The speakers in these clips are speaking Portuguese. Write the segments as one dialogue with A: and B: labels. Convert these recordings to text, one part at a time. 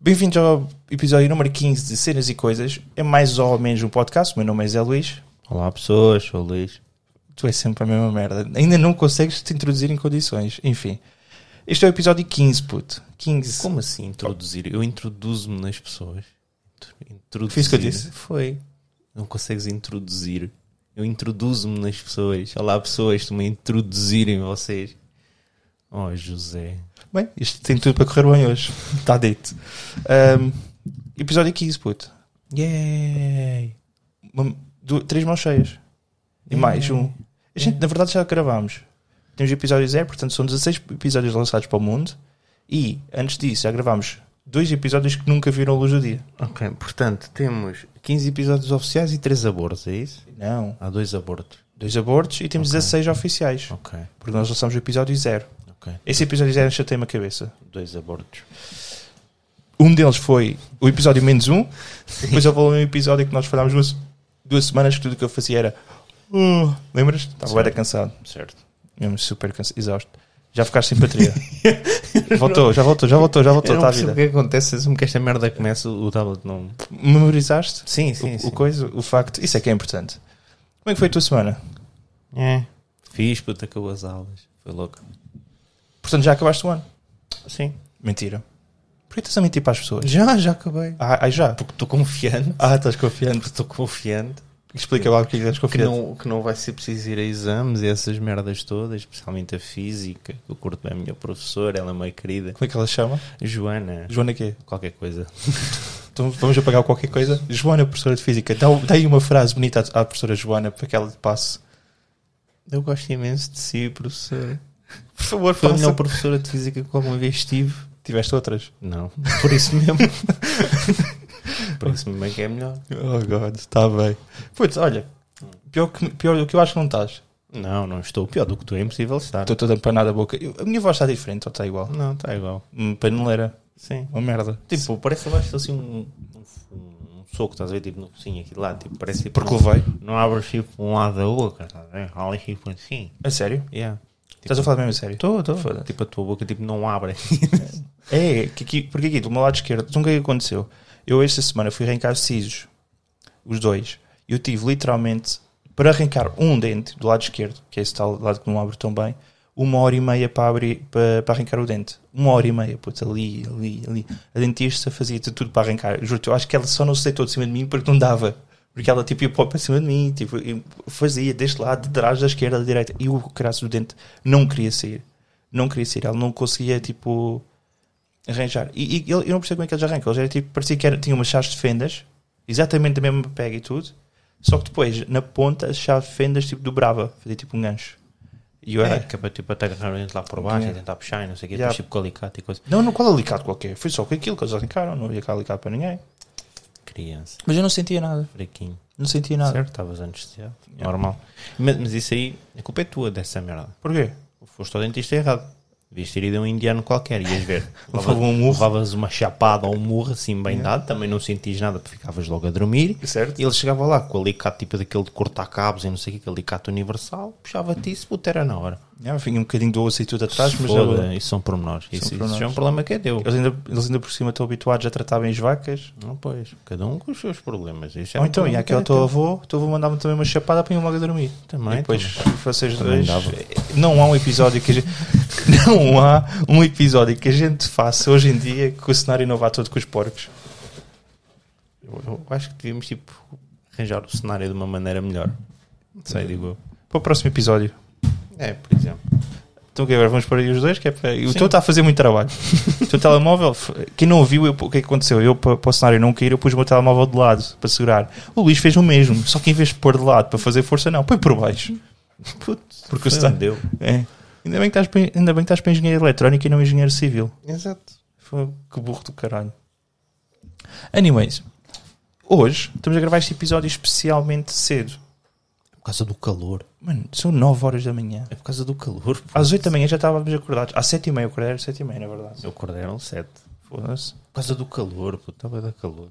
A: Bem-vindos ao episódio número 15 de Cenas e Coisas. É mais ou menos um podcast. O meu nome é Zé Luís.
B: Olá pessoas, sou o Luís.
A: Tu és sempre a mesma merda. Ainda não consegues te introduzir em condições. Enfim. Este é o episódio 15, puto. 15.
B: Como assim introduzir? Eu introduzo-me nas pessoas. Intro- Introduzir.
A: Fiz o que eu disse.
B: Foi. Não consegues introduzir. Eu introduzo-me nas pessoas. Olá pessoas, estou-me a introduzir em vocês. Oh José.
A: Bem, isto tem tudo para correr bem hoje. Está dito. Ahm, episódio 15, puto.
B: Yay!
A: Uma- du- três mãos cheias. E mais um. A gente, na verdade, já gravámos. Temos episódio zero, portanto, são 16 episódios lançados para o mundo. E, antes disso, já gravámos dois episódios que nunca viram a luz do dia.
B: Ok, portanto, temos 15 episódios oficiais e 3 abortos, é isso?
A: Não.
B: Há dois abortos.
A: Dois abortos e temos 16 oficiais.
B: Ok,
A: Porque nós lançamos o episódio zero.
B: ok.
A: Esse episódio zero chatei-me a cabeça.
B: Dois abortos.
A: Um deles foi o episódio menos um. Depois houve um episódio que nós falhámos duas, duas semanas que tudo o que eu fazia era. "Oh", Lembras-te? Estava era cansado.
B: Certo.
A: Mesmo super cansado, exausto. Já ficaste sem bateria. voltou, já voltou, já voltou, já
B: Eu
A: voltou.
B: não
A: Está a
B: percebo
A: vida.
B: o que acontece, assim que esta merda começa, o tablet não...
A: Memorizaste
B: Sim,
A: o, o coisa, o facto. Isso é que é importante. Como é que foi a tua semana?
B: É. Fiz, puta, acabou as aulas. Foi louco.
A: Portanto, já acabaste o ano.
B: Sim.
A: Mentira. Por que estás a mentir para as pessoas?
B: Já, já acabei.
A: Ah, ah, já.
B: Porque estou confiante.
A: Ah, estás confiante.
B: Estou confiante
A: Explica lá o que estás
B: que
A: confiante.
B: não, que não vai ser preciso ir a exames e essas merdas todas, especialmente a física. que Eu curto bem a minha professora, ela é meio querida.
A: Como é que ela se chama?
B: Joana,
A: Joana quê?
B: qualquer coisa.
A: Então vamos apagar qualquer coisa? Joana, professora de Física. Dá, dá aí uma frase bonita à à professora Joana para que ela te passe.
B: Eu gosto imenso de si, professora.
A: Por favor,
B: Foi a
A: faça.
B: melhor professora de física que alguma vez tive.
A: Tiveste outras?
B: Não, por isso mesmo. por isso mesmo é que é melhor.
A: Oh, God. Está bem. Putz, olha. Pior, que, pior do que eu acho que não estás.
B: Não, não estou. Pior do que tu é impossível estar.
A: Estou toda empanada a boca. Eu- a minha voz está diferente ou está igual?
B: Não, está igual.
A: Hum, Paneleira.
B: Sim.
A: Uma merda.
B: Tipo, parece que levaste assim um, um, um soco, estás a ver? Tipo, no focinho aqui de lado. Tipo, parece tipo,
A: Porque
B: não,
A: levei.
B: não abres tipo um lado da boca, estás a ver? Rolas tipo assim.
A: A sério?
B: Yeah. Tipo,
A: Estás a falar mesmo a sério?
B: Tô, tô.
A: Foda-se.
B: Tipo, a tua boca tipo, não abre.
A: É, que aqui, porque aqui do meu lado esquerdo, então o que é que aconteceu? Eu esta semana fui arrancar sisos, os dois. Eu tive literalmente, para arrancar um dente do lado esquerdo, que é esse tal lado que não abre tão bem, uma hora e meia para, abrir, para, para arrancar o dente. Uma hora e meia, putz, ali, ali, ali. A dentista fazia de tudo para arrancar. juro eu acho que ela só não se deitou de cima de mim porque não dava. Porque ela tipo ia para cima de mim, tipo, e fazia deste lado, de trás, da esquerda, da direita. E o crasso do dente não queria sair. Não queria sair. Ela não conseguia, tipo, arranjar. E, e ele- eu não percebo como é que eles arrancam. Eles era tipo, parecia que era, tinha umas chaves de fendas, exatamente da mesma pega e tudo. Só que depois, na ponta, a chave de fendas tipo dobrava, fazia tipo um gancho. E eu era.
B: É, que é para tipo, até agarrar o dente lá por baixo e tentar puxar e não sei o quê.
A: Yeah.
B: Depois tipo com alicate e coisa.
A: Não, não, qual é alicate qualquer. Foi só com aquilo que eles arrancaram, não havia cá alicate para ninguém.
B: Criança,
A: Mas eu não sentia nada,
B: fraquinho.
A: não sentia nada.
B: Certo? Estavas anestesiado. Normal. Mas, mas isso aí, a culpa é tua dessa merda.
A: Porquê?
B: Foste ao dentista errado. Devias ter ido a um indiano qualquer, ias ver.
A: Levava um murro.
B: Levavas uma chapada ou um murro assim bem dado, também não sentias nada, porque ficavas logo a dormir.
A: Certo.
B: E ele chegava lá com o alicate tipo daquele de cortar cabos e não sei o que, aquele alicate universal, puxava-te isso, puto, era na hora.
A: Eu vinha um bocadinho do osso e tudo atrás, mas
B: Foda,
A: eu-
B: isso são pormenores. Isso, isso
A: pormenores.
B: é um problema que é teu.
A: eles, ainda, eles ainda por cima estão habituados a tratar bem as vacas.
B: Não, pois, cada um com os seus problemas. Isso é
A: Ou
B: um
A: então, e
B: problema que
A: aquele
B: é
A: teu avô, teu avô mandava também uma chapada para ir logo a dormir.
B: Também,
A: E depois vocês
B: Também
A: dois.
B: dava.
A: Não há um episódio que a gente, não há um episódio que a gente faça hoje em dia que o cenário não vá todo com os porcos.
B: Eu, eu acho que devíamos tipo arranjar o cenário de uma maneira melhor. Não sei, digo eu.
A: Para o próximo episódio.
B: É, por exemplo.
A: Então ok, agora vamos para aí os dois, que é para... o teu está a fazer muito trabalho. o teu telemóvel, f- quem não ouviu, eu- o que é que aconteceu? Eu, para, para o cenário não cair, eu pus o meu telemóvel de lado para segurar. O Luís fez o mesmo, só que em vez de pôr de lado para fazer força, não, põe por baixo.
B: Putz,
A: Porque o
B: foi
A: cenário-
B: onde deu.
A: É. Ainda bem que estás para, ainda bem que estás para engenheiro eletrónico e não engenheiro civil.
B: Exato.
A: Foi que burro do caralho. Anyways, hoje estamos a gravar este episódio especialmente cedo.
B: É por causa do calor.
A: Mano, são 9 horas da manhã.
B: É por causa do calor. pô.
A: Às 8 da manhã já estávamos acordados. Às 7 e meia, eu acordei às 7 e meia, na verdade.
B: Eu acordei eram sete.
A: Foda-se.
B: Por causa do calor, pô. Estava da calor.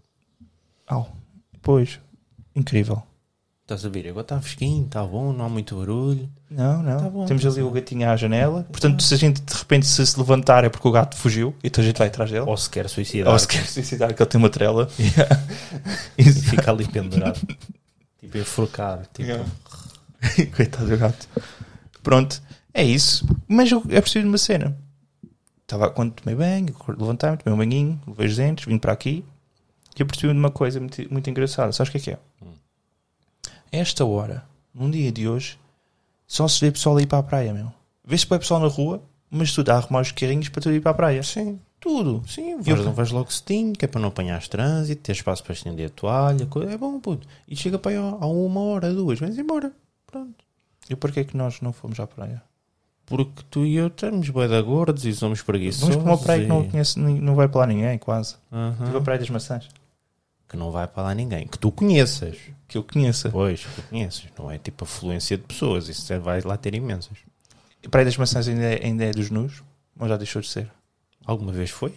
A: Au. Pois. Incrível.
B: Estás a ver? Agora está fresquinho, está bom, não há muito barulho.
A: Não, não.
B: Tá bom,
A: Temos
B: tá
A: ali o gatinho à janela. Portanto, se a gente de repente se, se levantar é porque o gato fugiu, então a gente vai atrás dele.
B: Ou se quer suicidar,
A: Ou se quer suicidar, que ele tem uma trela.
B: fica ali pendurado. tipo, enforcado. Tipo,
A: Coitado do gato. Pronto, é isso. Mas eu, é preciso de uma cena. Estava quando tomei banho, acor- levantei-me, tomei um banhinho, levei os dentes, vim para aqui e eu percebi de uma coisa muito, muito engraçada. Sabes o que é que é? Esta hora, num dia de hoje, só se vê pessoal a ir para a praia, meu. Vê-se para pessoal na rua, mas tudo a arrumar os carrinhos para tu ir para a praia.
B: Sim,
A: Tudo.
B: sim. Vais,
A: Eu-
B: vais logo cedinho, que é para não apanhares trânsito, ter espaço para estender a toalha. co- É bom, puto. E chega para aí a a uma hora, duas, vens embora. Pronto.
A: E porquê que nós não fomos à praia?
B: Porque tu e eu estamos bué da gordos e somos preguiçosos.
A: Vamos para uma praia que não
B: e-
A: conhece, nem- não vai para lá ninguém, quase.
B: Aham.
A: Uhum. Para a praia das maçãs.
B: Que não vai para lá ninguém. Que tu conheças.
A: Que eu conheça.
B: Pois, que tu conheces. Não é tipo afluência de pessoas. Isso é- vai lá ter imensas.
A: A Praia das Maçãs ainda é, ainda é dos nus, mas já deixou de ser.
B: Alguma vez foi?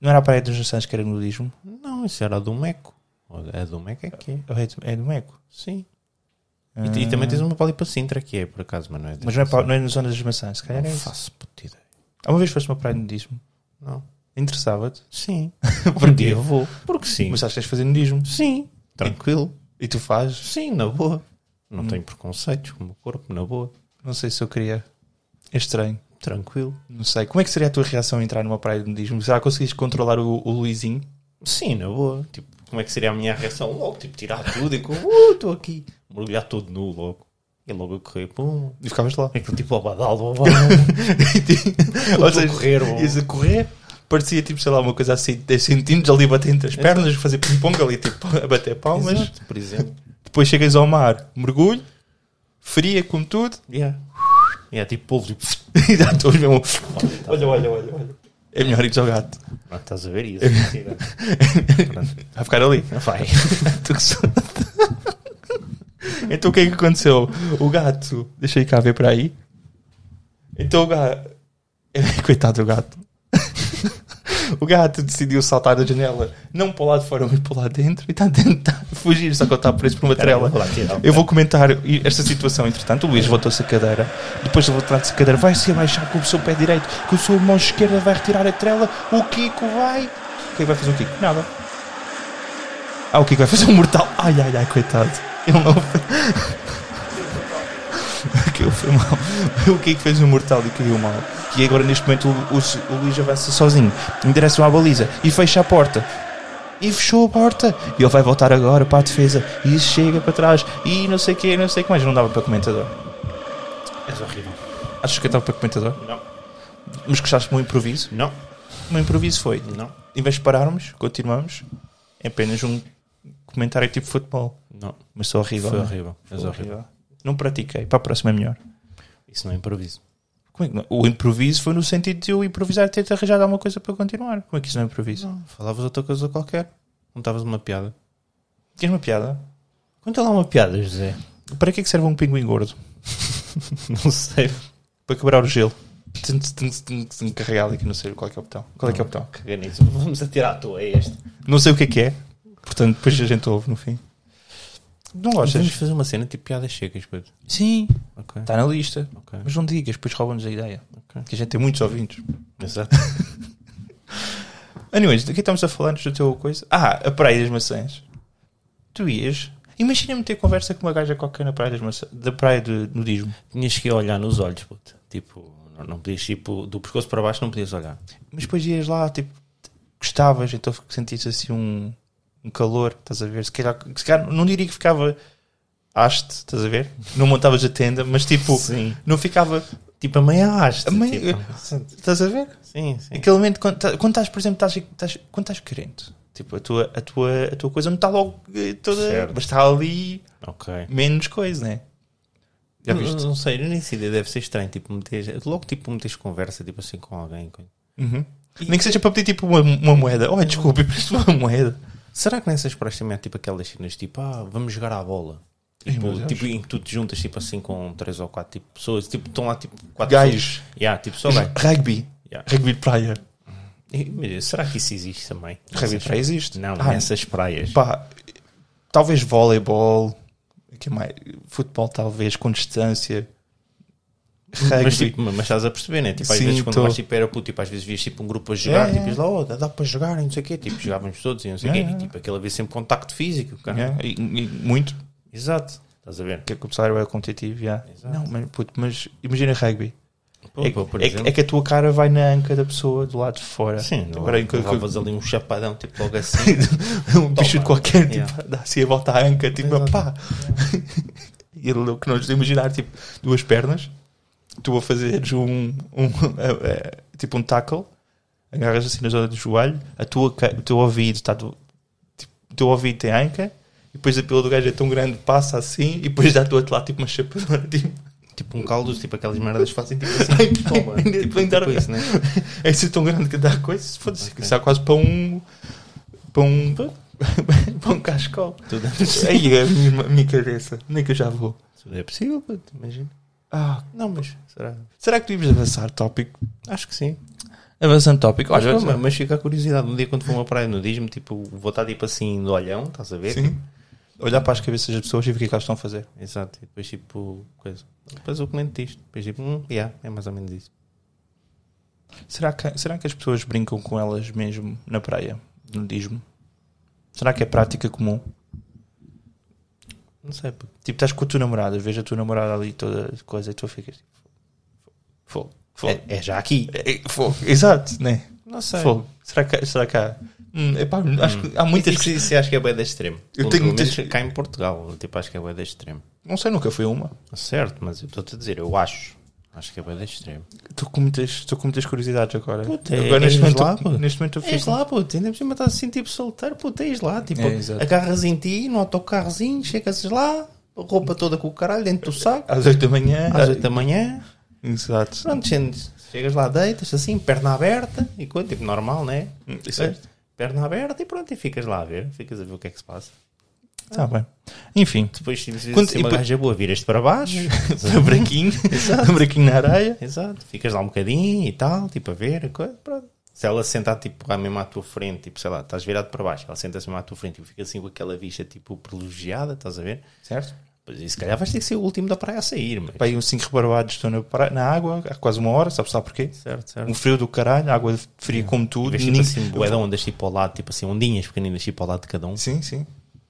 A: Não era a Praia das Maçãs que era nudismo?
B: Não, isso era a do Meco. A do Meco é que é.
A: Ou É do, é do Meco.
B: Sim. E, t- e também tens uma para ali para Sintra que é, por acaso, Ah. mas não é.
A: Mas não é, para, não é na zona das maçãs, se calhar é
B: Não
A: isso.
B: faço puta ideia.
A: Há uma vez foste uma praia de nudismo.
B: Não.
A: Interessava-te.
B: Sim. um dia eu vou. Porque sim.
A: Mas sabes que tens de fazer nudismo.
B: Sim. Tranquilo. Hum.
A: E tu fazes.
B: Sim, na boa. Não tenho preconceitos com o meu corpo, na boa.
A: Não sei se eu queria. É estranho.
B: Tranquilo.
A: Não sei. Como é que seria a tua reação a entrar numa praia de nudismo? Será que conseguiste controlar o, o Luizinho?
B: Sim, na boa. Tipo, como é que seria a minha reação? Logo, tipo, tirar tudo e com, uh, estou aqui. Mergulhar todo nu logo. E logo eu correr, pum.
A: E ficavas lá.
B: Aquilo tipo, abadal, abadal.
A: Ou seja,
B: Tipo, correr, bom.
A: ias a correr. Parecia tipo, sei lá, uma coisa assim, 10 centímetros ali batendo as pernas, fazer ping-pong ali, tipo, a bater palmas.
B: É Exato, por exemplo.
A: Depois chegas ao mar, mergulho, fria como tudo,
B: Yeah. Yeah, tipo, polvo, tipo,
A: e dá todos mesmo. Olha, olha, olha, olha. É melhor ir ao gato.
B: Pronto, Ah, estás a ver isso?
A: Vai ficar ali.
B: Vai.
A: Tu que sorte. então o que é que aconteceu? O gato, deixa eu ir cá ver para aí. Então o gato. Coitado do gato. O gato decidiu saltar da janela, não para o lado de fora, mas para o lado de dentro, e está a tentar fugir, só que ele está preso por uma trela.
B: vou lá tirar um
A: Eu vou comentar esta situação, entretanto. O Luís voltou-se a cadeira, depois de voltar-se a cadeira, vai se abaixar com o seu pé direito, com a sua mão esquerda, vai retirar a trela. O Kiko vai. Quem vai fazer o Kiko? Nada. Ah, o Kiko vai fazer um mortal. Ai, ai, ai, coitado. Ele não fez. Aquilo foi mal. O Kiko fez um mortal e caiu mal. E agora, neste momento, o, o, o Luís avança sozinho em direção à baliza e fecha a porta. E fechou a porta. E ele vai voltar agora para a defesa. E chega para trás. E não sei o que, não sei o que mais. Não dava para comentador.
B: És horrível.
A: Achas que eu estava para comentador?
B: Não,
A: Mas gostaste do meu improviso?
B: não,
A: O meu improviso foi.
B: não,
A: Em vez de pararmos, continuamos. É apenas um comentário tipo futebol.
B: não.
A: Mas sou horrível.
B: Foi
A: não é?
B: horrível. És
A: Sou
B: horrível.
A: horrível. Não pratiquei. Para a próxima é melhor.
B: Isso não é improviso.
A: Como é que não? O improviso foi no sentido de eu improvisar e ter arranjado alguma coisa para continuar. Como é que isso não é improviso?
B: Não, falavas outra coisa qualquer. Contavas uma piada.
A: Tens uma piada?
B: Conta lá uma piada, José.
A: Para que é que serve um pinguim gordo?
B: Não sei.
A: Para quebrar o gelo. Tum, tum, tum, tum, Carregado aqui, não sei qual é que é o botão. Qual é que é o botão?
B: Caguei nisso. Vamos atirar à toa, é este.
A: Não sei o que é que é. Portanto, depois a gente ouve no fim. Não
B: Vamos
A: gostas?
B: fazer uma cena tipo piadas secas, puto. Tá.
A: Sim.
B: Ok.
A: Está na lista.
B: Ok.
A: Mas não digas, depois roubam-nos a ideia.
B: Ok.
A: Que a gente tem muitos ouvintes.
B: Exato.
A: Anyways, do que estamos a falar antes da tua coisa? Ah, a Praia das Maçãs. Tu ias. Imagina-me ter conversa com uma gaja qualquer na Praia das Maçãs. Da Praia de Nudismo.
B: Tinhas que olhar nos olhos, puto. Tipo, não, não podias, tipo, do pescoço para baixo não podias olhar.
A: Mas depois ias lá, tipo, gostavas, então sentiste assim um, um calor, estás a ver? Se calhar, se calhar não diria que ficava haste, estás a ver? Não montavas a tenda, mas tipo,
B: Sim.
A: não ficava.
B: Tipo, a É meia haste.
A: A meia-
B: tipo.
A: Estás a ver?
B: Sim, sim.
A: Aquele momento, quando ta- quando estás, por exemplo, estás, estás- quando estás querendo, tipo, a tua, a tua, a tua coisa não está logo eh, toda,
B: Certo.
A: mas está ali
B: Ok.
A: menos coisa, né? Já
B: Não,
A: viste?
B: Não sei, nem sei, deve ser estranho. Tipo, meteres, logo tipo, meteres conversa tipo assim com alguém. co-
A: Uhum. Nem que seja para pedir tipo uma, uma moeda. Oh, desculpa, eu preciso de uma moeda.
B: Será que nessas praias também há tipo aquelas cenas tipo, ah, vamos jogar à bola?
A: Ai,
B: Tipo,
A: meu Deus.
B: tipo, em que tu te juntas tipo assim com três ou quatro tipo, pessoas, tipo, estão lá tipo quatro
A: Gajos.
B: pessoas. Yeah, tipo, só gajos.
A: Rugby.
B: Yeah.
A: Rugby de praia.
B: E, meu Deus, Será que isso existe também?
A: Rugby de praia existe.
B: Não,
A: Ah,
B: nessas praias.
A: pá, talvez voleibol, que mais? Futebol, talvez, com distância.
B: Mas,
A: Rugby.
B: tipo, mas estás a perceber, né? Tipo, às
A: Sim,
B: vezes quando
A: tô.
B: vais tipo, era puto, tipo, às vezes vias tipo um grupo a jogar,
A: É.
B: tipo, e lá, oh, dá, dá para jogar, e não sei o quê, tipo, jogávamos todos e não sei o quê, e tipo, aquele havia sempre contacto físico, cara.
A: Yeah, né? e- e muito.
B: Exato, estás a ver?
A: Que é que o salário é competitivo. yeah. Não, mas, puto, mas imagina rugby.
B: Pô,
A: é,
B: pô, por
A: é-
B: exemplo,
A: é que a tua cara vai na anca da pessoa do lado de fora.
B: sim, não
A: Agora, Tipo, que- que-
B: levavas ali um chapadão, tipo, logo assim,
A: um bicho de qualquer, tipo,
B: Yeah.
A: dá assim a volta à anca, tipo, pá. e ele, o que nós imaginar, tipo, duas pernas, tu a fazeres um, um eh, eh, tipo, um tackle, agarras assim na zona do joelho, a tua, ca- o teu ouvido está do, tipo, o teu ouvido tem anca, e depois a pila do gajo é tão grande, passa assim, e depois dá-te o outro lado, tipo, uma chapadona, tipo,
B: tipo um caldo, tipo, aquelas merdas fazem, tipo assim, toma,
A: ainda
B: tipo,
A: vou dar-
B: tipo isso, né?
A: é assim tão grande que dá coisa, foda-se,
B: Ok.
A: que isso dá quase para um, para um, para um cascol.
B: Tudo é-
A: Aí a minha, a minha cabeça, nem que eu já vou.
B: tudo é possível, puto, imagina.
A: Ah,
B: Não, mas, será?
A: será que devíamos avançar tópico?
B: Acho que sim.
A: Avançando tópico,
B: Mas,
A: olha,
B: mas, mas fica a curiosidade, um dia quando for uma praia nudismo, tipo, vou estar tipo assim do olhão, estás a ver?
A: sim. Olhar para as cabeças das pessoas e ver o que é que elas estão a fazer.
B: Exato, e depois tipo, coisa. Depois eu comento isto, depois tipo, hum, yeah, é mais ou menos isso.
A: Será que, será que as pessoas brincam com elas mesmo na praia? Nudismo? Será que é prática comum?
B: Não sei, puto.
A: Tipo, estás com a tua namorada, vejo a tua namorada ali toda coisa e tu ficas tipo. Fogo. Fogo.
B: É, é já aqui.
A: É, é, fogo. Exato, né?
B: Não sei.
A: Fogo. Será que, será que há. Hum, epá, acho que há muitas.
B: isso, isso, isso acho que é bué da extremo.
A: Eu tenho
B: Pelo- pelo
A: muitas-
B: menos cá em Portugal, tipo, acho que é bué da extremo.
A: Não sei, nunca foi uma.
B: Certo, mas eu estou-te a dizer, eu acho. Acho que é bué da extremo.
A: Estou com muitas, estou com muitas curiosidades agora.
B: Puta,
A: agora
B: é-
A: neste,
B: és
A: momento,
B: lá,
A: eu-
B: pô.
A: neste momento eu
B: És
A: fico.
B: lá, puto, ainda por cima estás assim tipo solteiro, puto, és lá, tipo,
A: É, exato.
B: agarras em ti, no autocarrozinho, chegas lá, roupa toda com o caralho dentro do saco,
A: Às 8 da manhã.
B: às 8 da manhã,
A: Exato.
B: pronto, gente, chegas lá, deitas assim, perna aberta, e coisa, tipo, normal, né?
A: Hum, Certo.
B: Perna aberta e pronto, e ficas lá a ver, ficas a ver o que é que se passa. É.
A: Está Tá bem. Enfim,
B: Depois, se
A: Quando-
B: Quando,
A: e
B: uma
A: depois-
B: gaja boa, viras-te para baixo,
A: um buraquinho, um buraquinho na areia.
B: Exato, ficas lá um bocadinho e tal, tipo a ver, a coisa, pronto. Se ela sentar tipo à mesmo à tua frente, tipo, sei lá, estás virado para baixo, ela senta-se mesmo à tua frente e fica assim com aquela vista tipo privilegiada, estás a ver?
A: Certo.
B: Pois e se calhar vais ter que ser o último da praia a sair, mas.
A: Pai, uns 5 rebarbados estão na, pra- na água há quase uma hora, sabes lá porquê?
B: Certo,
A: Um
B: certo.
A: frio do caralho, água fria como tudo.
B: Vês
A: ninguém-
B: tipo assim, bué de ondas tipo ao lado, tipo assim, ondinhas pequeninas tipo ao lado de cada um.
A: Sim, sim.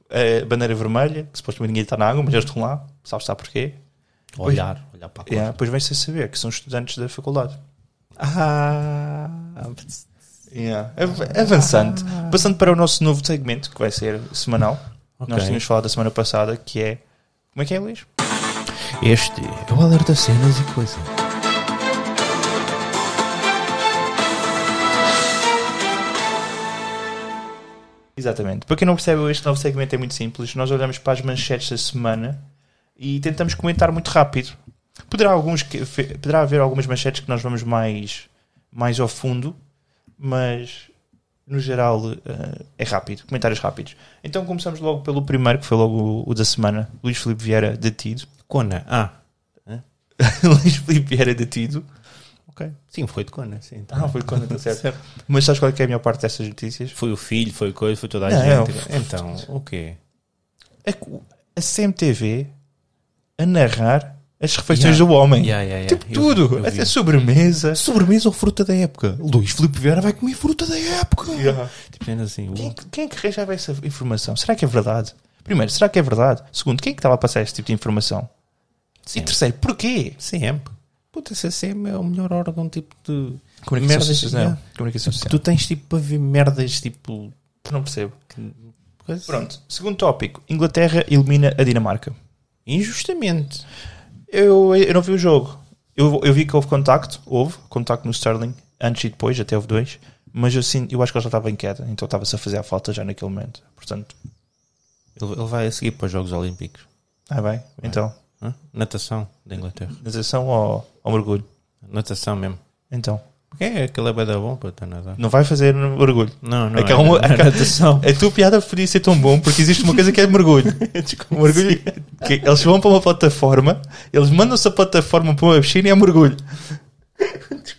A: A bandeira vermelha, que supostamente ninguém está na água, mas eles estão lá, sabes lá porquê?
B: Olhar, olhar para a coisa.
A: Yeah, depois vem-se a saber que são estudantes da faculdade.
B: Ah,
A: Yeah. Av- Avançando, passando para o nosso novo segmento que vai ser semanal.
B: Ok.
A: Nós tínhamos falado da semana passada que é como é que é, Luís?
B: este é o alerta cenas e coisas.
A: Exatamente. Para quem não percebe, este novo segmento é muito simples. Nós olhamos para as manchetes da semana e tentamos comentar muito rápido. Poderá, alguns que, fe- poderá haver algumas manchetes que nós vamos mais, mais ao fundo, mas no geral eh, é rápido. Comentários rápidos. Então começamos logo pelo primeiro, que foi logo o, o da semana. Luís Filipe Vieira detido.
B: Cona, ah,
A: Luís Filipe Vieira detido.
B: ok. Sim, foi de Cona, sim. tá.
A: Ah, foi quando está certo. Mas sabes qual é, que é a melhor parte dessas notícias?
B: Foi o filho, foi coisa, foi toda a
A: Não,
B: gente. Então, o quê?
A: É que o- a CMTV a narrar as refeições do homem.
B: Yeah, yeah, yeah.
A: Tipo
B: Eu vi,
A: tudo.
B: eu vi.
A: Até sobremesa.
B: É assim, Sobremesa ou fruta da época? Luís Filipe Vieira vai comer fruta da época.
A: Yeah.
B: Tipo, sendo assim, uau.
A: Quem, quem é que arranjava essa informação? Será que é verdade? Primeiro, será que é verdade? Segundo, quem é que estava a passar esse tipo de informação? E terceiro, porquê?
B: CM. Puta, esse CM é o melhor órgão tipo de
A: Comunicação
B: merdas,
A: social.
B: yeah.
A: Comunicação social.
B: Tu tens tipo para ver merdas tipo.
A: Não percebo.
B: coisa-
A: Pronto. Segundo tópico. Inglaterra elimina a Dinamarca.
B: Injustamente.
A: Eu, eu não vi o jogo. Eu, eu vi que houve contacto, houve contacto no Sterling, antes e depois, até houve dois. Mas eu, sim, eu acho que ele já estava em queda, então estava-se a fazer a falta já naquele momento. Portanto,
B: Ele, ele vai a seguir para os Jogos Olímpicos.
A: ah, bem, então,
B: Hã? Natação da Inglaterra.
A: natação ou, ou mergulho?
B: Natação mesmo.
A: Então,
B: Porque é aquele é bué da bom para estar nadar.
A: não vai fazer mergulho.
B: Não, não.
A: É que há uma-
B: é natação.
A: A tua piada podia ser tão bom porque existe uma coisa que é mergulho. O mergulho que é, eles vão para uma plataforma, eles mandam-se a plataforma para uma piscina e é mergulho.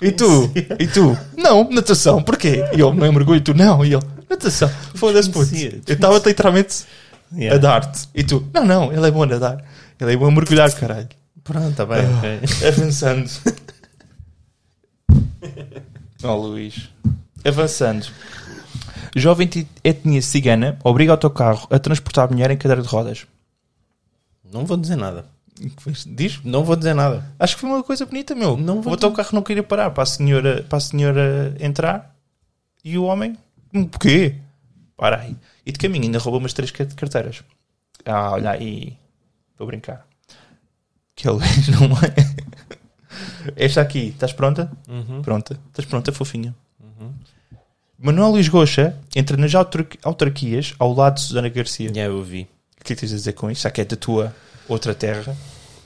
A: E tu? E tu? Não, natação, porquê? E eu, não é mergulho, tu não. E eu, natação. Foda-se, puto.
B: Desconhecia,
A: Eu estava literalmente
B: Yeah.
A: a dar-te. E tu, não, não, ele é bom a dar. Ele é bom a mergulhar, caralho.
B: Pronto, está bem. ok.
A: Avançando. Não, Luís. Avançando. Jovem ti- etnia cigana obriga autocarro a transportar mulher em cadeira de rodas.
B: Não vou dizer nada.
A: Diz?
B: Não vou dizer nada.
A: Acho que foi uma coisa bonita, meu.
B: Não vou
A: o autocarro não queria parar para a senhora, para a senhora entrar e o homem, "Hum, porquê? Para aí. E de caminho ainda roubou umas três ca- carteiras. Ah, olha aí. Vou brincar. Que eles não é. Esta aqui, estás pronta?
B: Uhum.
A: Pronta. Estás pronta, fofinha. Uhum. Manuel Luís Goxa entra nas autar- autarquias ao lado de Susana Garcia.
B: Já eu vi.
A: O que é que tens a dizer com isto? Já que é da tua outra terra.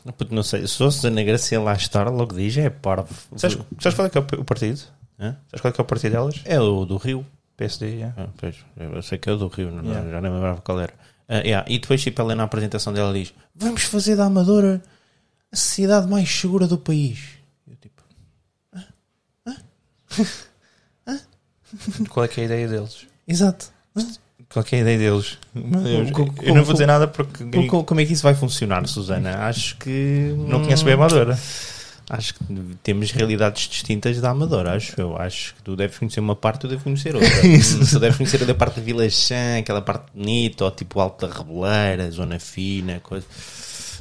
B: Não, puto, não sei. Se fosse Ana Gracia lá estar, logo diz, é parvo.
A: Sabes, sabes qual é que é o p- o partido?
B: Hã?
A: Sabes qual é que é o partido delas?
B: É o do Rio.
A: PSD, yeah.
B: Ah, pois, eu sei que é o do Rio, não,
A: Yeah.
B: já nem me lembrava qual era. Ah, yeah, E depois, tipo, ela na apresentação dela diz: Vamos fazer da Amadora a cidade mais segura do país. Eu, tipo,
A: Qual é que é a ideia deles?
B: exato.
A: Qual é que é a ideia deles?
B: Deus,
A: eu não vou dizer nada porque
B: Co- co- Como é que isso vai funcionar, Susana? Acho que.
A: não conheço bem a Amadora.
B: Acho que temos realidades distintas da Amadora, acho eu. Acho que tu deves conhecer uma parte, eu devo conhecer outra. tu deves conhecer da parte de Vila Chã, aquela parte bonita, ou tipo Alta Rebeleira, Zona Fina, coisa.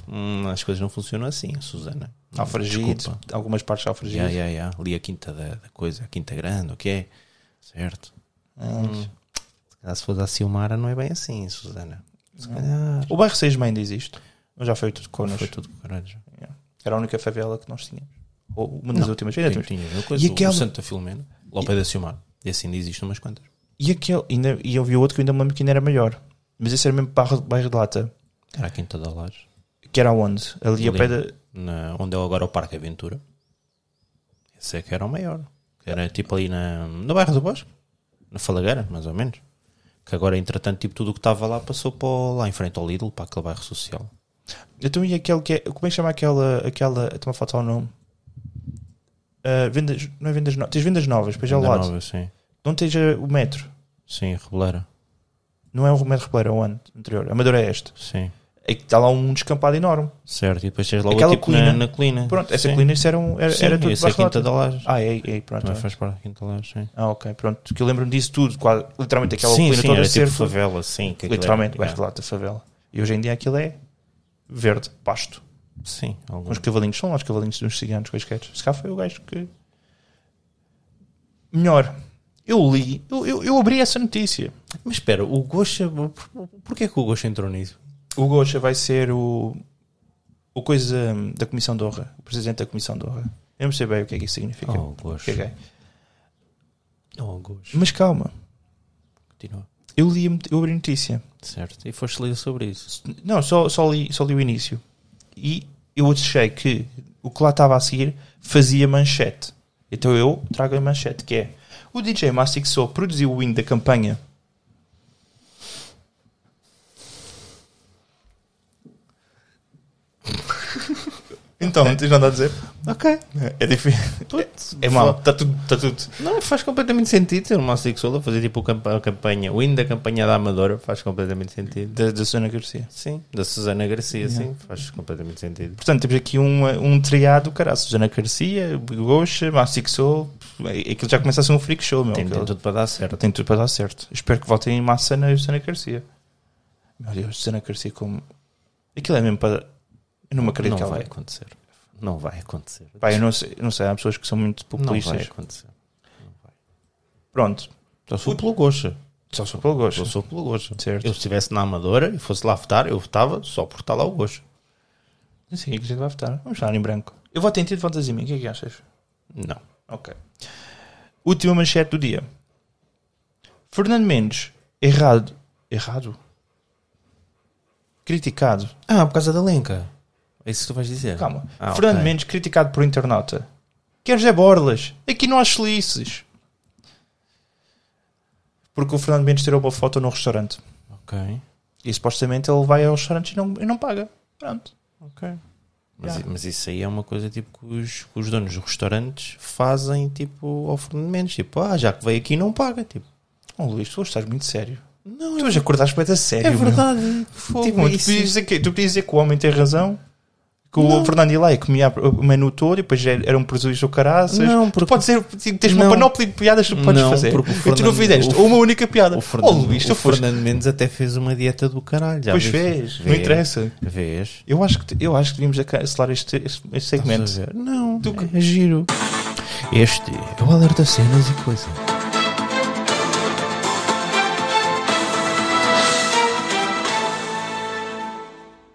B: Hum, as coisas não funcionam assim, Susana.
A: Ah, Alfragido,
B: Desculpa.
A: algumas partes de Alfragido.
B: Já, já, já. Ali a quinta da, da coisa, a quinta grande, o que é? Certo.
A: Ah.
B: Se calhar se fosse a Silmara, não é bem assim, Susana. Se calhar.
A: O bairro 6 Mãe diz isto. Ou já foi tudo connosco.
B: Foi tudo com caralho. já.
A: Yeah. Era a única favela que nós tínhamos. Ou uma das últimas. Ainda
B: Tinha,
A: temos.
B: tinha uma coisa,
A: E
B: o-
A: aquela-
B: o Santa Filomena, lá ao pé da Silmar. E assim existem umas quantas.
A: E aquele, ainda, e havia outro que eu ainda me lembro que ainda era maior. Mas esse era mesmo bairro, bairro de lata.
B: Era a Quinta da Laje,
A: Que era onde? Ali a
B: Ali.
A: pé da.
B: na, onde é agora o Parque Aventura. Esse é que era o maior. Que Era tipo ali na, no bairro do Bosque, na Falagueira, mais ou menos. Que agora, entretanto, tipo, tudo o que estava lá passou para o- lá em frente ao Lidl, para aquele bairro social.
A: Então e aquele que é. Como é que chama aquela. aquela Estou-me a faltar o nome. Ah, vendas, não é vendas novas. Tens vendas novas, depois é ao
B: Ainda
A: lado.
B: nova, sim.
A: Não tens eh, o metro.
B: Sim, Rebeleira. Sim.
A: Não é o Romero Repleiro, é o ano anterior. A Madeira é este. É que está lá um descampado enorme.
B: Certo, e depois tens logo
A: Aquela
B: tipo
A: colina.
B: Na, na colina.
A: Pronto, essa
B: Sim.
A: colina isso era, um, era,
B: Sim,
A: era tudo
B: esse é a
A: baixo lá.
B: Quinta da Laje.
A: Ah, é, é, pronto.
B: Também
A: é.
B: faz parte da Quinta da Laje, sim.
A: Ah, ok, pronto. Que eu lembro-me disso tudo. quase- literalmente aquela
B: sim,
A: colina
B: sim,
A: toda
B: era
A: a ser.
B: tipo favela, sim. que aquilo
A: literalmente,
B: era-
A: baixo lá da favela. E hoje em dia aquilo é verde, pasto.
B: Sim, algum.
A: Os cavalinhos são lá os cavalinhos dos ciganos quaisquer. Se cá foi o gajo que. Melhor. Eu li, eu, eu, eu abri essa notícia.
B: Mas espera, o Gosha, por- porquê que o Gosha entrou nisso?
A: O Gocha vai ser o. O coisa hum, da Comissão de Honra. O presidente da Comissão de Honra. Eu não sei bem o que é que isso significa.
B: Oh, Gosha.
A: Caguei.
B: Oh, Gosha.
A: Mas calma,
B: Continua.
A: eu li, a not- eu abri a notícia.
B: Certo. E foste ler sobre isso.
A: Não, só, só, li, só li o início. E eu achei que o que lá estava a seguir fazia manchete. Então eu trago a manchete, que é o DJ Mastic Soul produziu o hino da campanha. então, não tens nada a dizer?
B: Ok.
A: É difícil. É mau, está tudo, está tudo.
B: Não, faz completamente sentido ter um homossexual a fazer tipo o campa- a campanha, o hino da campanha da Amadora, faz completamente sentido.
A: Da, da Susana Garcia.
B: Sim, da Susana Garcia, sim, faz completamente sentido.
A: Portanto, temos aqui um, um triado, cara. Susana Garcia, Gosha, Mastic Soul. Aquilo já começa a ser um freak show, meu.
B: Tem, tem
A: Aquilo-
B: tudo para dar certo.
A: Tem tudo para dar certo. Espero que votem em massa na Susana Garcia. Meu Deus, Susana Garcia como. Aquilo é mesmo para. Eu não me acredito
B: Não
A: que ela
B: vai
A: vai.
B: acontecer. Não vai acontecer.
A: Pá, eu não sei, eu não sei, há pessoas que são muito
B: Não vai
A: populistas.
B: acontecer.
A: Pronto,
B: Eu sou pelo Gosha.
A: só sou pelo
B: Eu
A: gosto.
B: sou pelo Gosha.
A: Certo.
B: Eu se estivesse na Amadora e fosse lá votar, eu votava só por estar lá o Gosha.
A: Não sei o que a gente vai votar. Vamos votar em branco. Eu voto em ti, tu votas em mim. O que é que achas?
B: Não.
A: Ok. Última manchete do dia. Fernando Mendes, errado. Errado? Criticado.
B: Ah, por causa da Lenca. É isso que tu vais dizer?
A: Calma.
B: Ah, ok.
A: Fernando Mendes criticado por internauta. Queres é borlas? Aqui não há chelices. Porque o Fernando Mendes tirou uma foto num restaurante.
B: Ok.
A: E supostamente ele vai ao restaurante e não, e não paga. Pronto.
B: Ok. Mas,
A: Yeah.
B: mas isso aí é uma coisa tipo que os, que os donos de restaurantes fazem tipo ao Fernando Mendes. Tipo, ah, já que veio aqui não paga. Tipo,
A: Oh, Luís, tu hoje estás muito sério.
B: Não,
A: Tu hoje acordaste para a sério,
B: é
A: meu.
B: verdade. Fogo,
A: Tipo, tu,
B: isso-
A: podias dizer que, tu podias dizer que o homem tem razão, que o
B: Não.
A: Fernando Ilaia comia o menu todo e depois era era um prejuízo do caraças.
B: Não, porque-
A: Tu podes dizer, tipo, tens uma
B: Não.
A: panóplia de piadas que tu podes
B: Não,
A: fazer.
B: porque o
A: e tu não
B: Fernando-
A: fizeste
B: o-
A: uma única piada.
B: O Fernando,
A: oh, Luís, tu
B: o
A: foste.
B: Fernando Mendes até fez uma dieta do caralho. já
A: Pois
B: viste?
A: fez, não interessa.
B: Vês?
A: Eu acho que, eu acho que devíamos cancelar este, este- este segmento.
B: Estás a ver? Não, é giro. Este é o alerta cenas e coisa.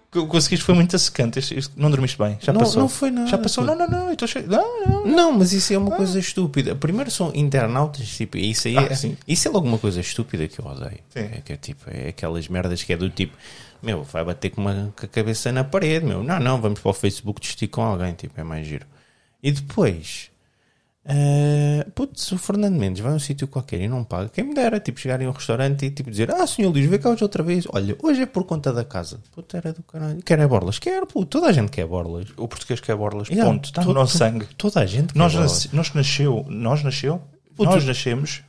A: O que eu conseguiste foi muito secante. Este- este- não dormiste bem. Já
B: Não-
A: passou.
B: não foi nada,
A: Já passou.
B: pô.
A: Não, não, não. Eu estou cheio. Não, não.
B: Não, mas isso é uma coisa estúpida. Primeiro são internautas, tipo, e isso aí
A: Ah,
B: é,
A: sim.
B: isso é logo uma coisa estúpida que eu odeio.
A: Sim.
B: É, que é, tipo, é aquelas merdas que é do tipo, meu, vai bater com, uma, com a cabeça na parede, meu. Não, não, vamos para o Facebook discutir com alguém, tipo, é mais giro. E depois, ah, putz, o Fernando Mendes vai a um sítio qualquer e não paga. Quem me dera, tipo, chegarem a um restaurante e tipo dizer, ah, senhor Luís, vem cá hoje outra vez. Olha, hoje é por conta da casa. Puta, era do caralho. Quer é borlas? Quer, pô, toda a gente quer borlas.
A: O português quer borlas.
B: Yeah,
A: ponto. Está
B: to-
A: no nosso
B: to-
A: sangue.
B: Toda a gente quer
A: Nós,
B: borlas.
A: nasce- nós nasceu, nós nasceu, nós nascemos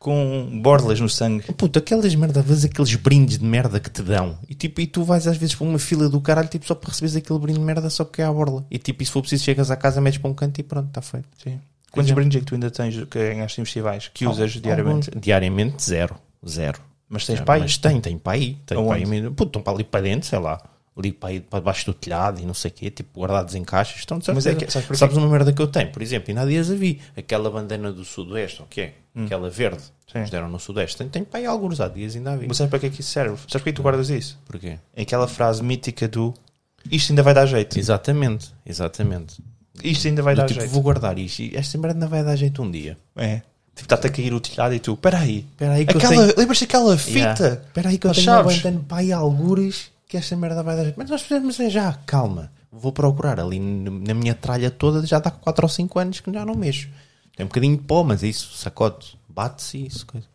A: com borlas no sangue.
B: Puta, aquelas merda, às vezes aqueles brindes de merda que te dão. E tipo, e tu vais às vezes para uma fila do caralho, tipo, só para receberes aquele brinde de merda, só porque é à borla. E tipo, e se for preciso, chegas à casa, metes para um canto e pronto, está feito.
A: Sim. Quantos brindes é que tu ainda tens que ganhaste em festivais que usas diariamente?
B: Alguns- diariamente, zero. Zero.
A: Mas tens
B: Zero.
A: pai?
B: Mas tem, tem pai. Tem
A: Aonde?
B: pai mesmo. Puta, estão para ali para dentro, sei lá. Ali para, aí, para baixo do telhado e não sei o quê, tipo, guardados em caixas. Estão de
A: Mas é
B: certeza.
A: que- sabes porquê?
B: sabes, uma merda que eu tenho? Por exemplo, ainda há dias a vi. Aquela bandana do Sudoeste, ou o que é? Aquela verde.
A: Sim.
B: que Nos deram no Sudoeste. Tem, tem para aí alguns há dias ainda a vi.
A: Mas sabes para que é que isso serve? Sabes porquê que tu guardas isso?
B: Porquê?
A: É Aquela frase mítica do isto ainda vai dar jeito.
B: Exatamente, exatamente.
A: Isto ainda vai
B: Eu,
A: dar
B: tipo,
A: jeito.
B: vou guardar isto e esta merda ainda vai dar jeito um dia.
A: É. Tipo, está-te a cair o telhado e tu, peraí.
B: Espera aí que
A: Aquela,
B: eu tenho...
A: Lembras-te daquela
B: Yeah.
A: fita?
B: Espera aí que eu
A: As
B: tenho uma
A: chaves?
B: bandana pai algures que esta merda vai dar jeito. Mas nós fizemos é já, calma. Vou procurar ali n- na minha tralha toda, já dá 4 ou 5 anos que já não mexo. Tem um bocadinho de pó, mas isso, sacode, bate-se e isso. Coisa.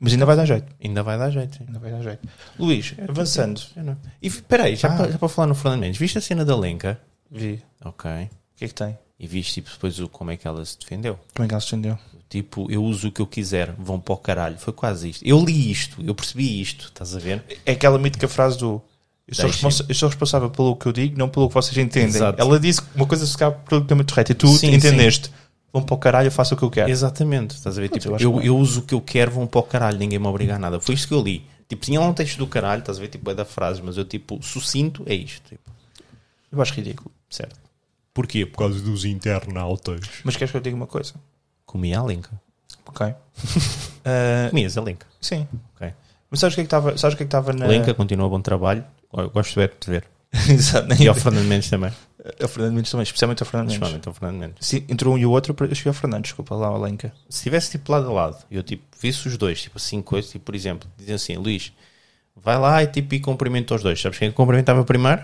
A: Mas ainda vai dar jeito.
B: Ainda vai dar jeito. sim.
A: Ainda vai dar jeito. Luís, avançando.
B: É, Eu não- E espera aí, já,
A: Ah.
B: para, já para falar no Fernando Mendes, viste a cena da Lenca?
A: Vi.
B: Ok.
A: O que é que tem?
B: E viste tipo, depois o, como é que ela se defendeu?
A: Como é que ela se estendeu?
B: Tipo, eu uso o que eu quiser, vão para o caralho. Foi quase isto. Eu li isto, eu percebi isto, estás a ver?
A: é aquela mítica frase do eu sou,
B: Deixem-me.
A: responsa- eu sou responsável pelo que eu digo, não pelo que vocês entendem.
B: Exato.
A: Ela disse uma coisa se calhar politicamente correta e tu
B: Sim,
A: entendeste. Vão para o caralho, eu faço o que eu quero.
B: Exatamente, estás a ver? Tipo,
A: eu
B: eu,
A: acho
B: eu,
A: bem.
B: uso o que eu quero, vão para o caralho, ninguém me obriga a nada. Foi isto que eu li. Tipo, tinha lá um texto do caralho, estás a ver? Tipo, é da frase, mas eu, tipo, sucinto é isto. Tipo,
A: Eu acho ridículo.
B: certo.
C: Porquê? Por causa dos internautas.
A: Mas queres que eu diga uma coisa?
B: Comia a lenca.
A: Ok. Ah,
B: Comias a lenca.
A: sim.
B: Ok.
A: Mas sabes o que é que estava- sabes o que é que estava na.
B: Lenca continua bom trabalho. Eu Gosto de ver, de ver.
A: Exato.
B: E ao Fernando Mendes também.
A: Ao Fernando Mendes também, especialmente ao Fernando Mendes.
B: Principalmente ao Fernando Mendes.
A: Sim, entre um e o outro, eu cheguei ao Fernando, desculpa lá, a Lenca.
B: se tivesse tipo lado a lado, eu tipo, visse os dois, tipo assim, coisa, tipo, por exemplo, dizem assim, Luís, vai lá e tipo, e cumprimenta os dois. Sabes quem é cumprimentava primeiro?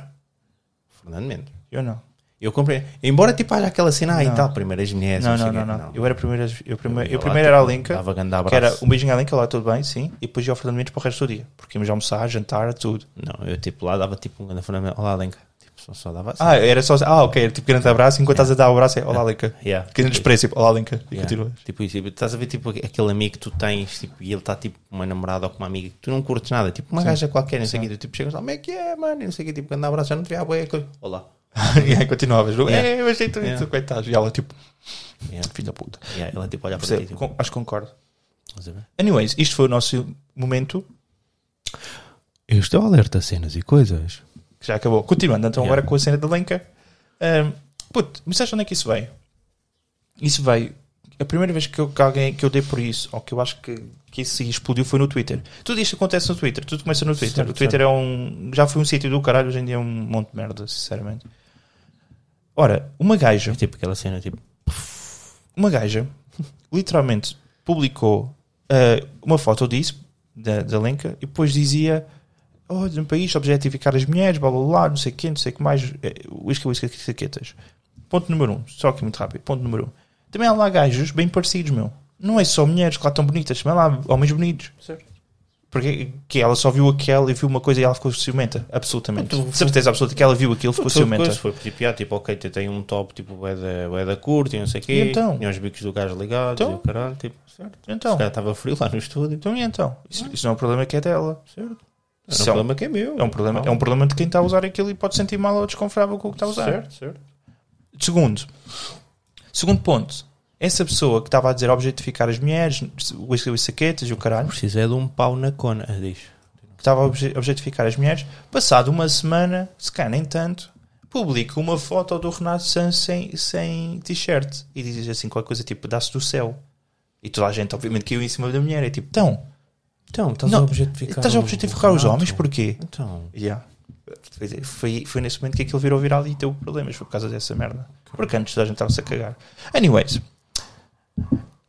B: Fernando Mendes.
A: Eu não.
B: Eu comprei. Embora tipo haja aquela cena, ah, e tal, primeiro as mulheres.
A: Não,
B: sei
A: não,
B: o
A: não,
B: quê.
A: não, Eu era primeiro, eu primeiro, eu
B: é." Eu ia lá,
A: primeiro era a
B: tipo,
A: Lenca.
B: Dava grande
A: Que era
B: abraço.
A: um beijinho à Lenca, lá tudo bem, sim. E depois ia ao Fernando Mendes para o resto do dia. Porque íamos almoçar, jantar, tudo.
B: Não, eu tipo lá dava tipo um grande Fernando Mendes. Olá, Lenca. Tipo, só, só dava assim.
A: Ah, era só. Ah, ok, era tipo grande abraço. Enquanto estás a dar o abraço, é Olá, Lenca.
B: Yeah.
A: Pequeno desprezo, tipo, Olá, Lenca. E
B: Yeah.
A: continuas.
B: Tipo, isso, tipo, estás a ver tipo aquele amigo que tu tens tipo, e ele está tipo com uma namorada ou com uma amiga que tu não curtes nada, tipo uma gaja qualquer, não sei o quê, tu tipo chegas lá, como é que é, mano? E não sei o quê, tipo, quando dá abraço, já não te vi há boia, coisa. Olá.
A: e aí continuavas.
B: Yeah.
A: É, eu achei tu,
B: Yeah.
A: tu coitado. E ela, tipo,
B: Yeah.
A: filho da puta.
B: Yeah, ela tipo olha para
A: Percebo,
B: ti. Tipo, né?
A: con- acho que concordo.
B: estás a ver?
A: Anyways, isto foi o nosso momento
B: Este é o alerta cenas e coisas.
A: que já acabou. Continuando, então,
B: Yeah.
A: agora com a cena da Lenca. Ahm, puto, mas sabes onde é que isso veio? Isso veio. A primeira vez que, eu, que alguém que eu dei por isso, ou que eu acho que, que isso explodiu, foi no Twitter. Tudo isto acontece no Twitter, tudo começa no Twitter.
B: Certo,
A: o Twitter é um. Já foi um sítio do caralho, hoje em dia é um monte de merda, sinceramente. Ora, uma gaja,
B: Tipo aquela cena, tipo,
A: uma gaja, literalmente publicou ah, uma foto disso, da, da Lenca, e depois dizia: Olha, no país objetificar as mulheres, blá blá blá, não sei o quê, não sei o que mais, eh, uísque, uísque, saquetas. Ponto número um, só aqui muito rápido. Ponto número um. Também há lá gajos bem parecidos, meu. Não é só mulheres que lá estão bonitas, também há lá homens bonitos. Porque que ela só viu aquela e viu uma coisa e ela ficou ciumenta. Absolutamente.
B: Então,
A: De certeza absoluta que ela viu aquilo e ficou
B: Foi,
A: ciumenta.
B: coisa, foi tipo, ah, tipo, ok, tem um top tipo é da, é da curta e não sei o quê.
A: E então?
B: Tinha os bicos do gás ligados
A: Então?
B: e o caralho, tipo, certo.
A: Então,
B: O cara estava frio lá no estúdio,
A: então, e então? Isso, isso não é um problema que é dela.
B: certo. Era um
A: São-
B: problema que é meu.
A: É um problema, é um problema de quem está a usar aquilo e pode sentir mal ou desconfortável com o que está a usar.
B: Certo, certo.
A: Segundo, segundo ponto, essa pessoa que estava a dizer objetificar as mulheres, whisky e saquetas e o caralho,
B: Preciso é de um pau na cona, diz.
A: que estava a obje- objetificar as mulheres, passado uma semana, se calhar nem tanto, publica uma foto do Renato Sanz sem, sem t-shirt e diz assim qualquer coisa tipo pedaço do céu. E toda a gente, obviamente, caiu em cima da mulher. É tipo, então,
B: Então, estás
A: Não,
B: a objetificar.
A: estás a
B: o-
A: objetificar
B: o
A: os
B: Renato?
A: homens porquê?
B: Então,
A: Yeah. Foi, foi, foi nesse momento que aquilo virou viral e teve problemas foi por causa dessa merda. Porque antes toda a gente estava-se a cagar. Anyways,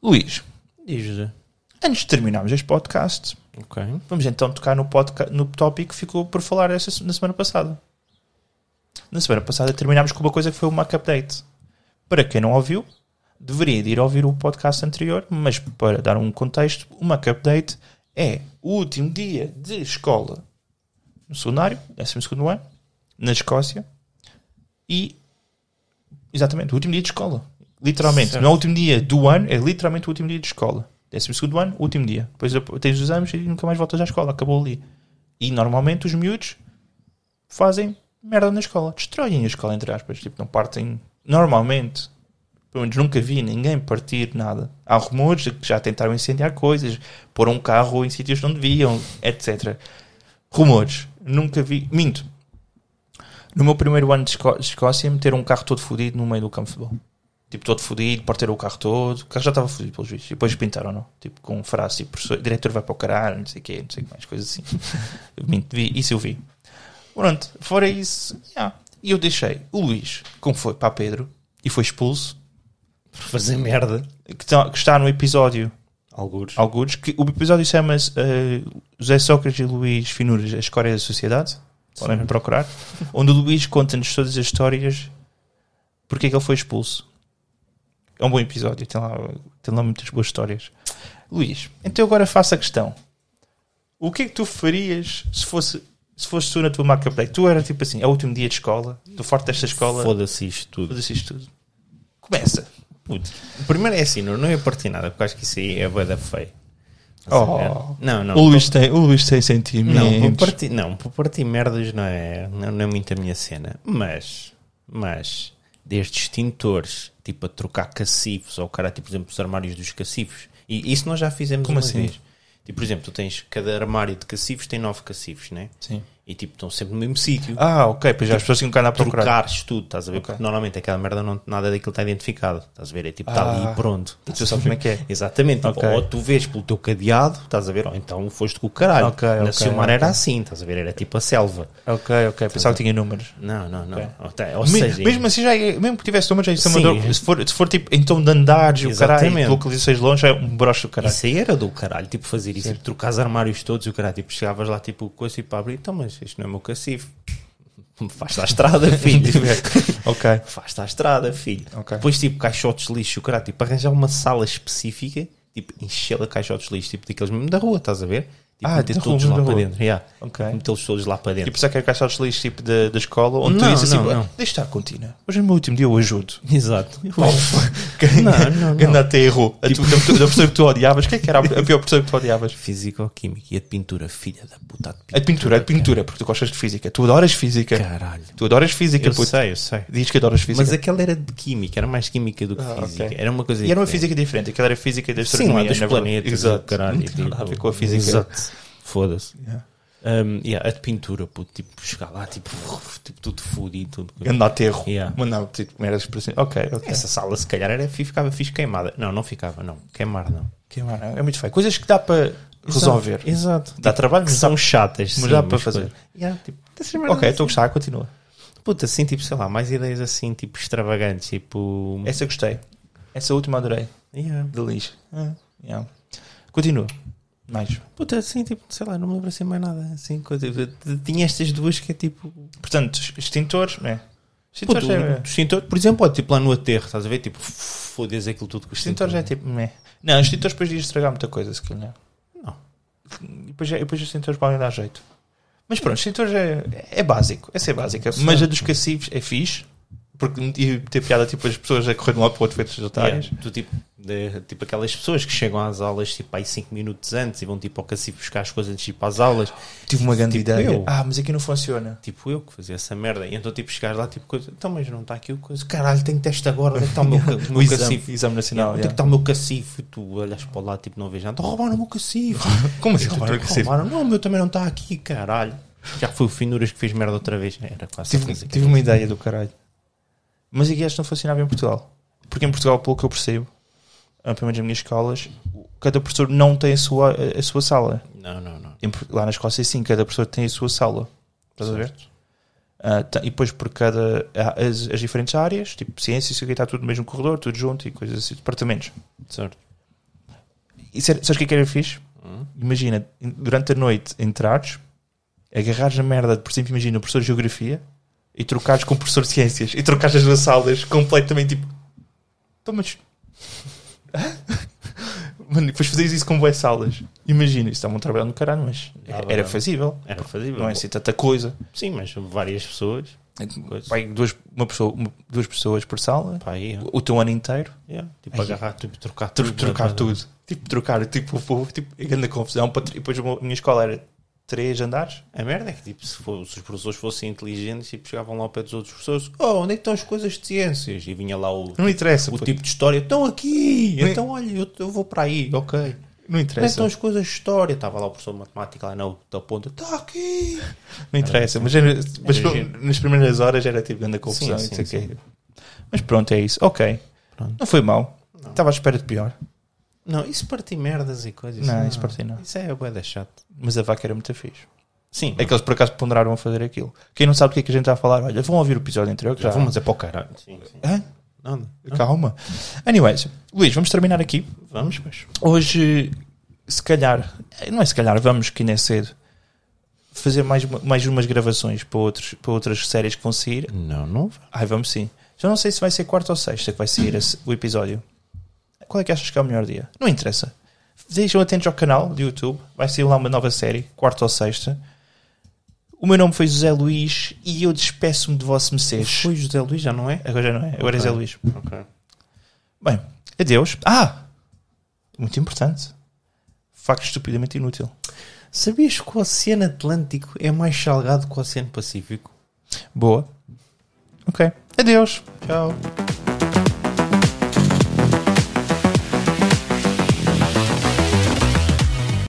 A: Luís,
B: diz
A: antes de terminarmos este podcast,
B: Ok.
A: vamos então tocar no, podca- no tópico que ficou por falar essa, se- na semana passada. Na semana passada terminámos com uma coisa que foi o Mac Update. Para quem não ouviu, deveria de ir ouvir o podcast anterior, mas para dar um contexto, o Mac Update é o último dia de escola no secundário, 12º ano, na Escócia, e exatamente, o último dia de escola. Literalmente,
B: Certo.
A: não é o último dia do ano, é literalmente o último dia de escola. 12º ano, último dia. Depois tens os exames e nunca mais voltas à escola, acabou ali. E normalmente os miúdos fazem merda na escola, destroem a escola, entre aspas, tipo, não partem. Normalmente, pelo menos nunca vi ninguém partir nada. Há rumores de que já tentaram incendiar coisas, pôr um carro em sítios que não deviam, etc. Rumores. Nunca vi. Minto. No meu primeiro ano de, Esco- de Escócia, meteram um carro todo fodido no meio do campo de futebol. Tipo, todo fodido, partiram o carro todo. O carro já estava fodido, pelos juízes. E depois pintaram, não? Tipo, com frase, tipo, professor- diretor vai para o caralho, não sei o quê, não sei o que mais, coisas assim. Eu Minto, vi, isso eu vi. Pronto, fora isso, yeah. e eu deixei o Luís, como foi para Pedro, e foi expulso,
B: Por fazer merda.
A: que, tá- que está no episódio
B: Algures.
A: Alguns, que o episódio chama-se eh, José Sócrates e Luís Finuras, a história da sociedade, podem me procurar, onde o Luís conta-nos todas as histórias, porque é que ele foi expulso. É um bom episódio, tem lá, tem lá muitas boas histórias. Luís, então agora faço a questão. O que é que tu farias se fosse se fosse tu na tua marca play? Tu era tipo assim, é o último dia de escola, estou forte desta escola,
B: Foda-se isto tudo.
A: foda-se isto tudo. Começa.
B: Puto. Primeiro é assim, não, não ia partir nada, porque acho que isso aí é bué da feio.
A: Oh.
B: Tá Não, não.
A: O Luís tem, o Luís tem sentimentos.
B: Não, por partir, não, por partir merdas não é, não, não é muito a minha cena. Mas, mas, desde extintores, tipo a trocar cacifos, ou o cara, tipo, por exemplo, os armários dos cacifos. E isso nós já fizemos
A: Como
B: uma
A: assim?
B: vez. Tipo, por exemplo, tu tens cada armário de cacifos tem nove cacifos, né?
A: Sim.
B: E tipo, estão sempre no mesmo sítio.
A: Ah, ok, pois já as pessoas tinham que andar a procurar.
B: trocares tudo, estás a ver? Porque normalmente aquela merda, não, nada daquilo está identificado. Estás a ver? É tipo, está ali
A: Ah.
B: e pronto.
A: E tu sabes como é que é.
B: Exatamente, tipo,
A: Ok.
B: ou tu vês pelo teu cadeado, estás a ver, ou então foste com o caralho.
A: Ok,
B: Na
A: ok,
B: Silmar
A: ok.
B: era assim, estás a ver, era tipo a selva.
A: Ok, ok. Pensava que tinha números.
B: Não, não, não.
A: Ok.
B: Ou te- Ou,
A: Me-
B: seja,
A: mesmo assim, já é- mesmo que tivesse números, já é Amador,
B: Sim.
A: se, for, se for tipo em tom de andares e o caralho,
B: Exatamente.
A: localizações longe, já é um broche do caralho.
B: isso aí era do caralho, tipo fazer isso, tipo, trocar os armários todos e o caralho, tipo, chegavas lá, tipo, coisa e para abrir, então, mas isto não é meu cacifo. Faz-te à estrada, filho.
A: ok.
B: Faz-te à estrada, filho.
A: Ok.
B: Depois, tipo, caixotes de lixo, o caralho, tipo, arranjar uma sala específica, tipo, enchê-la de caixotes de lixo, tipo, daqueles mesmo da rua, estás a ver? Tipo,
A: Ah,
B: meter
A: da
B: todos
A: rua,
B: lá
A: da
B: para
A: rua.
B: dentro. Yeah. Tipo,
A: Ok. Tipo,
B: Metê-los todos lá para
A: E
B: dentro.
A: pensar que era caixar os lixos tipo da, da escola, onde tu
B: Não,
A: dizes assim:
B: não, não.
A: "Ah, deixa estar, continua. Hoje é o meu último dia, eu ajudo.
B: Exato.
A: Não,
B: não, Tipo-
A: Ganda até errou. A tu- da- da pessoa que tu odiavas, quem é que era a a pior pessoa que tu odiavas?
B: Físico-química e a de pintura, filha da puta a de
A: A
B: pintura.
A: de pintura, a de pintura, porque tu gostas de física. Tu adoras física.
B: Caralho.
A: Tu adoras física,
B: Eu
A: puto.
B: sei, eu sei.
A: Diz que adoras física.
B: Mas aquela era de química, era mais química do que
A: Ah,
B: física.
A: ok.
B: Era uma coisa
A: E era uma
B: diferente.
A: física diferente, aquela era física da
B: Sim,
A: astronomia.
B: lá dos
A: na verdade.
B: planetas.
A: né?
B: um
A: Exato.
B: do Caralho,
A: não tem nada a
B: tipo,
A: ver com a física.
B: Exato. Foda-se.
A: Yeah.
B: Um, yeah, a de pintura, puto, tipo, chegar lá, tipo, tipo tudo fudido, tudo.
A: Grande aterro.
B: Yeah. É.
A: Mandava tipo primeiras expressões. Ok, ok.
B: Essa sala, se calhar, era, fi- ficava fixe queimada. Não, não ficava, não. Queimar, não.
A: Queimar, não, é muito feio. Coisas que dá para resolver.
B: Exato.
A: Dá trabalho,
B: Tipo, Que
A: mas dá.
B: são chatas.
A: mas
B: sim,
A: dá para fazer.
B: coisa- Yeah, tipo, dessas merdas
A: Ok, então- estou a gostar, continua.
B: Puta, assim, tipo, sei lá, mais ideias assim, tipo, extravagantes, tipo.
A: Essa eu gostei. Essa última adorei.
B: Yeah. É.
A: De lixo. Ah, yeah. Continua. Mais.
B: Puta, assim, tipo, sei lá, não me lembro assim mais nada. Assim, coisa. Tinha estas duas que é tipo.
A: Portanto, extintores, né? Extintores
B: Puto,
A: é.
B: um extintor, por exemplo, ó, tipo lá no aterro, estás a ver? Tipo, fodes aquilo tudo com o extintor.
A: Extintores é tipo. meh. Não, extintores depois iam estragar muita coisa, se calhar.
B: Não.
A: e depois, e depois os cintores podem dar jeito. Mas pronto, os cintores é, é básico, é ser básica. Mas a dos cacifes é fixe, porque e ter piada tipo as pessoas a correr de um lado para o outro feitas otárias.
B: Yeah, tu, tipo, de- tipo aquelas pessoas que chegam às aulas tipo aí 5 minutos antes e vão tipo ao cacifo buscar as coisas antes de ir para as aulas.
A: Tive uma grande
B: Tipo
A: ideia.
B: eu.
A: Ah, mas aqui não funciona.
B: Tipo eu que fazia essa merda. E então tipo chegar lá tipo coisa. Então, mas não está aqui o coisa. Caralho, tenho teste agora. Onde é que está o meu, ca- o
A: O
B: meu
A: exame,
B: cacifo?
A: Um exame
B: Yeah,
A: nacional.
B: Onde é que
A: yeah.
B: está o meu cacifo? E tu olhas para lá tipo não vês nada. Roubaram o meu cacifo.
A: Como assim
B: Tu,
A: roubaram o
B: tipo,
A: cacifo?
B: Roubaram. Não, o meu também não está aqui, caralho. Já foi o Finuras que fez merda outra vez. Era quase
A: Tive,
B: certeza que
A: tive
B: era
A: uma ideia do caralho. Mas aqui esta não funcionava em Portugal. Porque em Portugal, pelo que eu percebo, ah, pelo menos nas minhas escolas, o- cada professor não tem a sua, a- a sua sala.
B: isso. Não, não, não.
A: Em Por- lá na Escócia, sim, cada professor tem a sua sala. Estás a ver? Ah, tá- e depois por cada. há As, as diferentes áreas, tipo ciência, isso aqui está tudo no mesmo corredor, tudo junto e coisas assim, departamentos.
B: Certo.
A: E sério, sabes o que é que era fixe?
B: Hum?
A: Imagina, em- durante a noite entrares, agarrares a merda, por exemplo, imagina o professor de Geografia e trocares com o professor de Ciências e trocares as duas salas completamente tipo. Então, mas. Hã? Mano, e depois fazias isso com boas salas. Imagina, isso estava um trabalho no caralho, mas
B: Dava,
A: era
B: dava.
A: fazível.
B: Era fazível.
A: Não é assim tanta coisa.
B: Sim, mas várias pessoas. Coisa.
A: Pai, duas, uma pessoa, uma- duas pessoas por sala,
B: Pá, aí, ó.
A: o teu ano inteiro,
B: Yeah, Tipo,
A: Aí.
B: agarrar, tipo, trocar
A: tro-
B: tudo.
A: trocar
B: né?
A: tudo. Tipo, trocar, tipo, o povo, tipo, a grande confusão. para tr- E depois a minha escola era três andares.
B: A merda é que, tipo, se, fo- se os professores fossem inteligentes, tipo, chegavam lá ao pé dos outros professores, oh, onde é que estão as coisas de ciências? E vinha lá o,
A: Não interessa,
B: o
A: puto.
B: tipo de história, estão aqui,
A: Não é-
B: então olha, eu, eu vou para aí, ok. Onde
A: não
B: é que
A: interessa.
B: estão as coisas de história? Estava lá o professor de matemática lá na outra ponta, está aqui.
A: Não interessa, mas, era- mas
B: então-
A: pô,
B: Era giro.
A: nas primeiras horas era tipo grande confusão.
B: Sim,
A: e
B: sim,
A: não sei o quê. Mas pronto, é isso. Ok.
B: Pronto.
A: Não foi mal. Estava à espera de pior.
B: Não, isso partir merdas e coisas. assim.
A: Não, isso para ti não.
B: Isso é bué da chato.
A: Mas a vaca era muito fixe.
B: Sim,
A: É que eles por acaso ponderaram a fazer aquilo. Quem não sabe do que é que a gente está a falar, olha, vão ouvir o episódio anterior. Que já...
B: vamos é para o caralho. Sim, sim.
A: Hã?
B: Não, não.
A: Ah. Calma. Anyways, Luís, vamos terminar aqui.
B: Vamos, mas...
A: Hoje, se calhar, não é se calhar, vamos que ainda é cedo, fazer mais, uma- mais umas gravações para, outros, para outras séries que vão sair.
B: Não, não vai.
A: Ai, vamos sim. Já não sei se vai ser quarta ou sexta que vai sair esse- o episódio. Qual é que achas que é o melhor dia? Não interessa. Deixam atentos ao canal do YouTube. Vai sair lá uma nova série, quarta ou sexta. O meu nome foi José Luís e eu despeço-me de vosso mercês.
B: Foi José Luís, já não é?
A: Agora já não é? Agora é
B: Ok.
A: José Luís.
B: Ok.
A: Bem, adeus. Ah! Muito importante. Facto estupidamente inútil.
B: Sabias que o Oceano Atlântico é mais salgado que o Oceano Pacífico?
A: Boa. Ok. Adeus.
B: Tchau.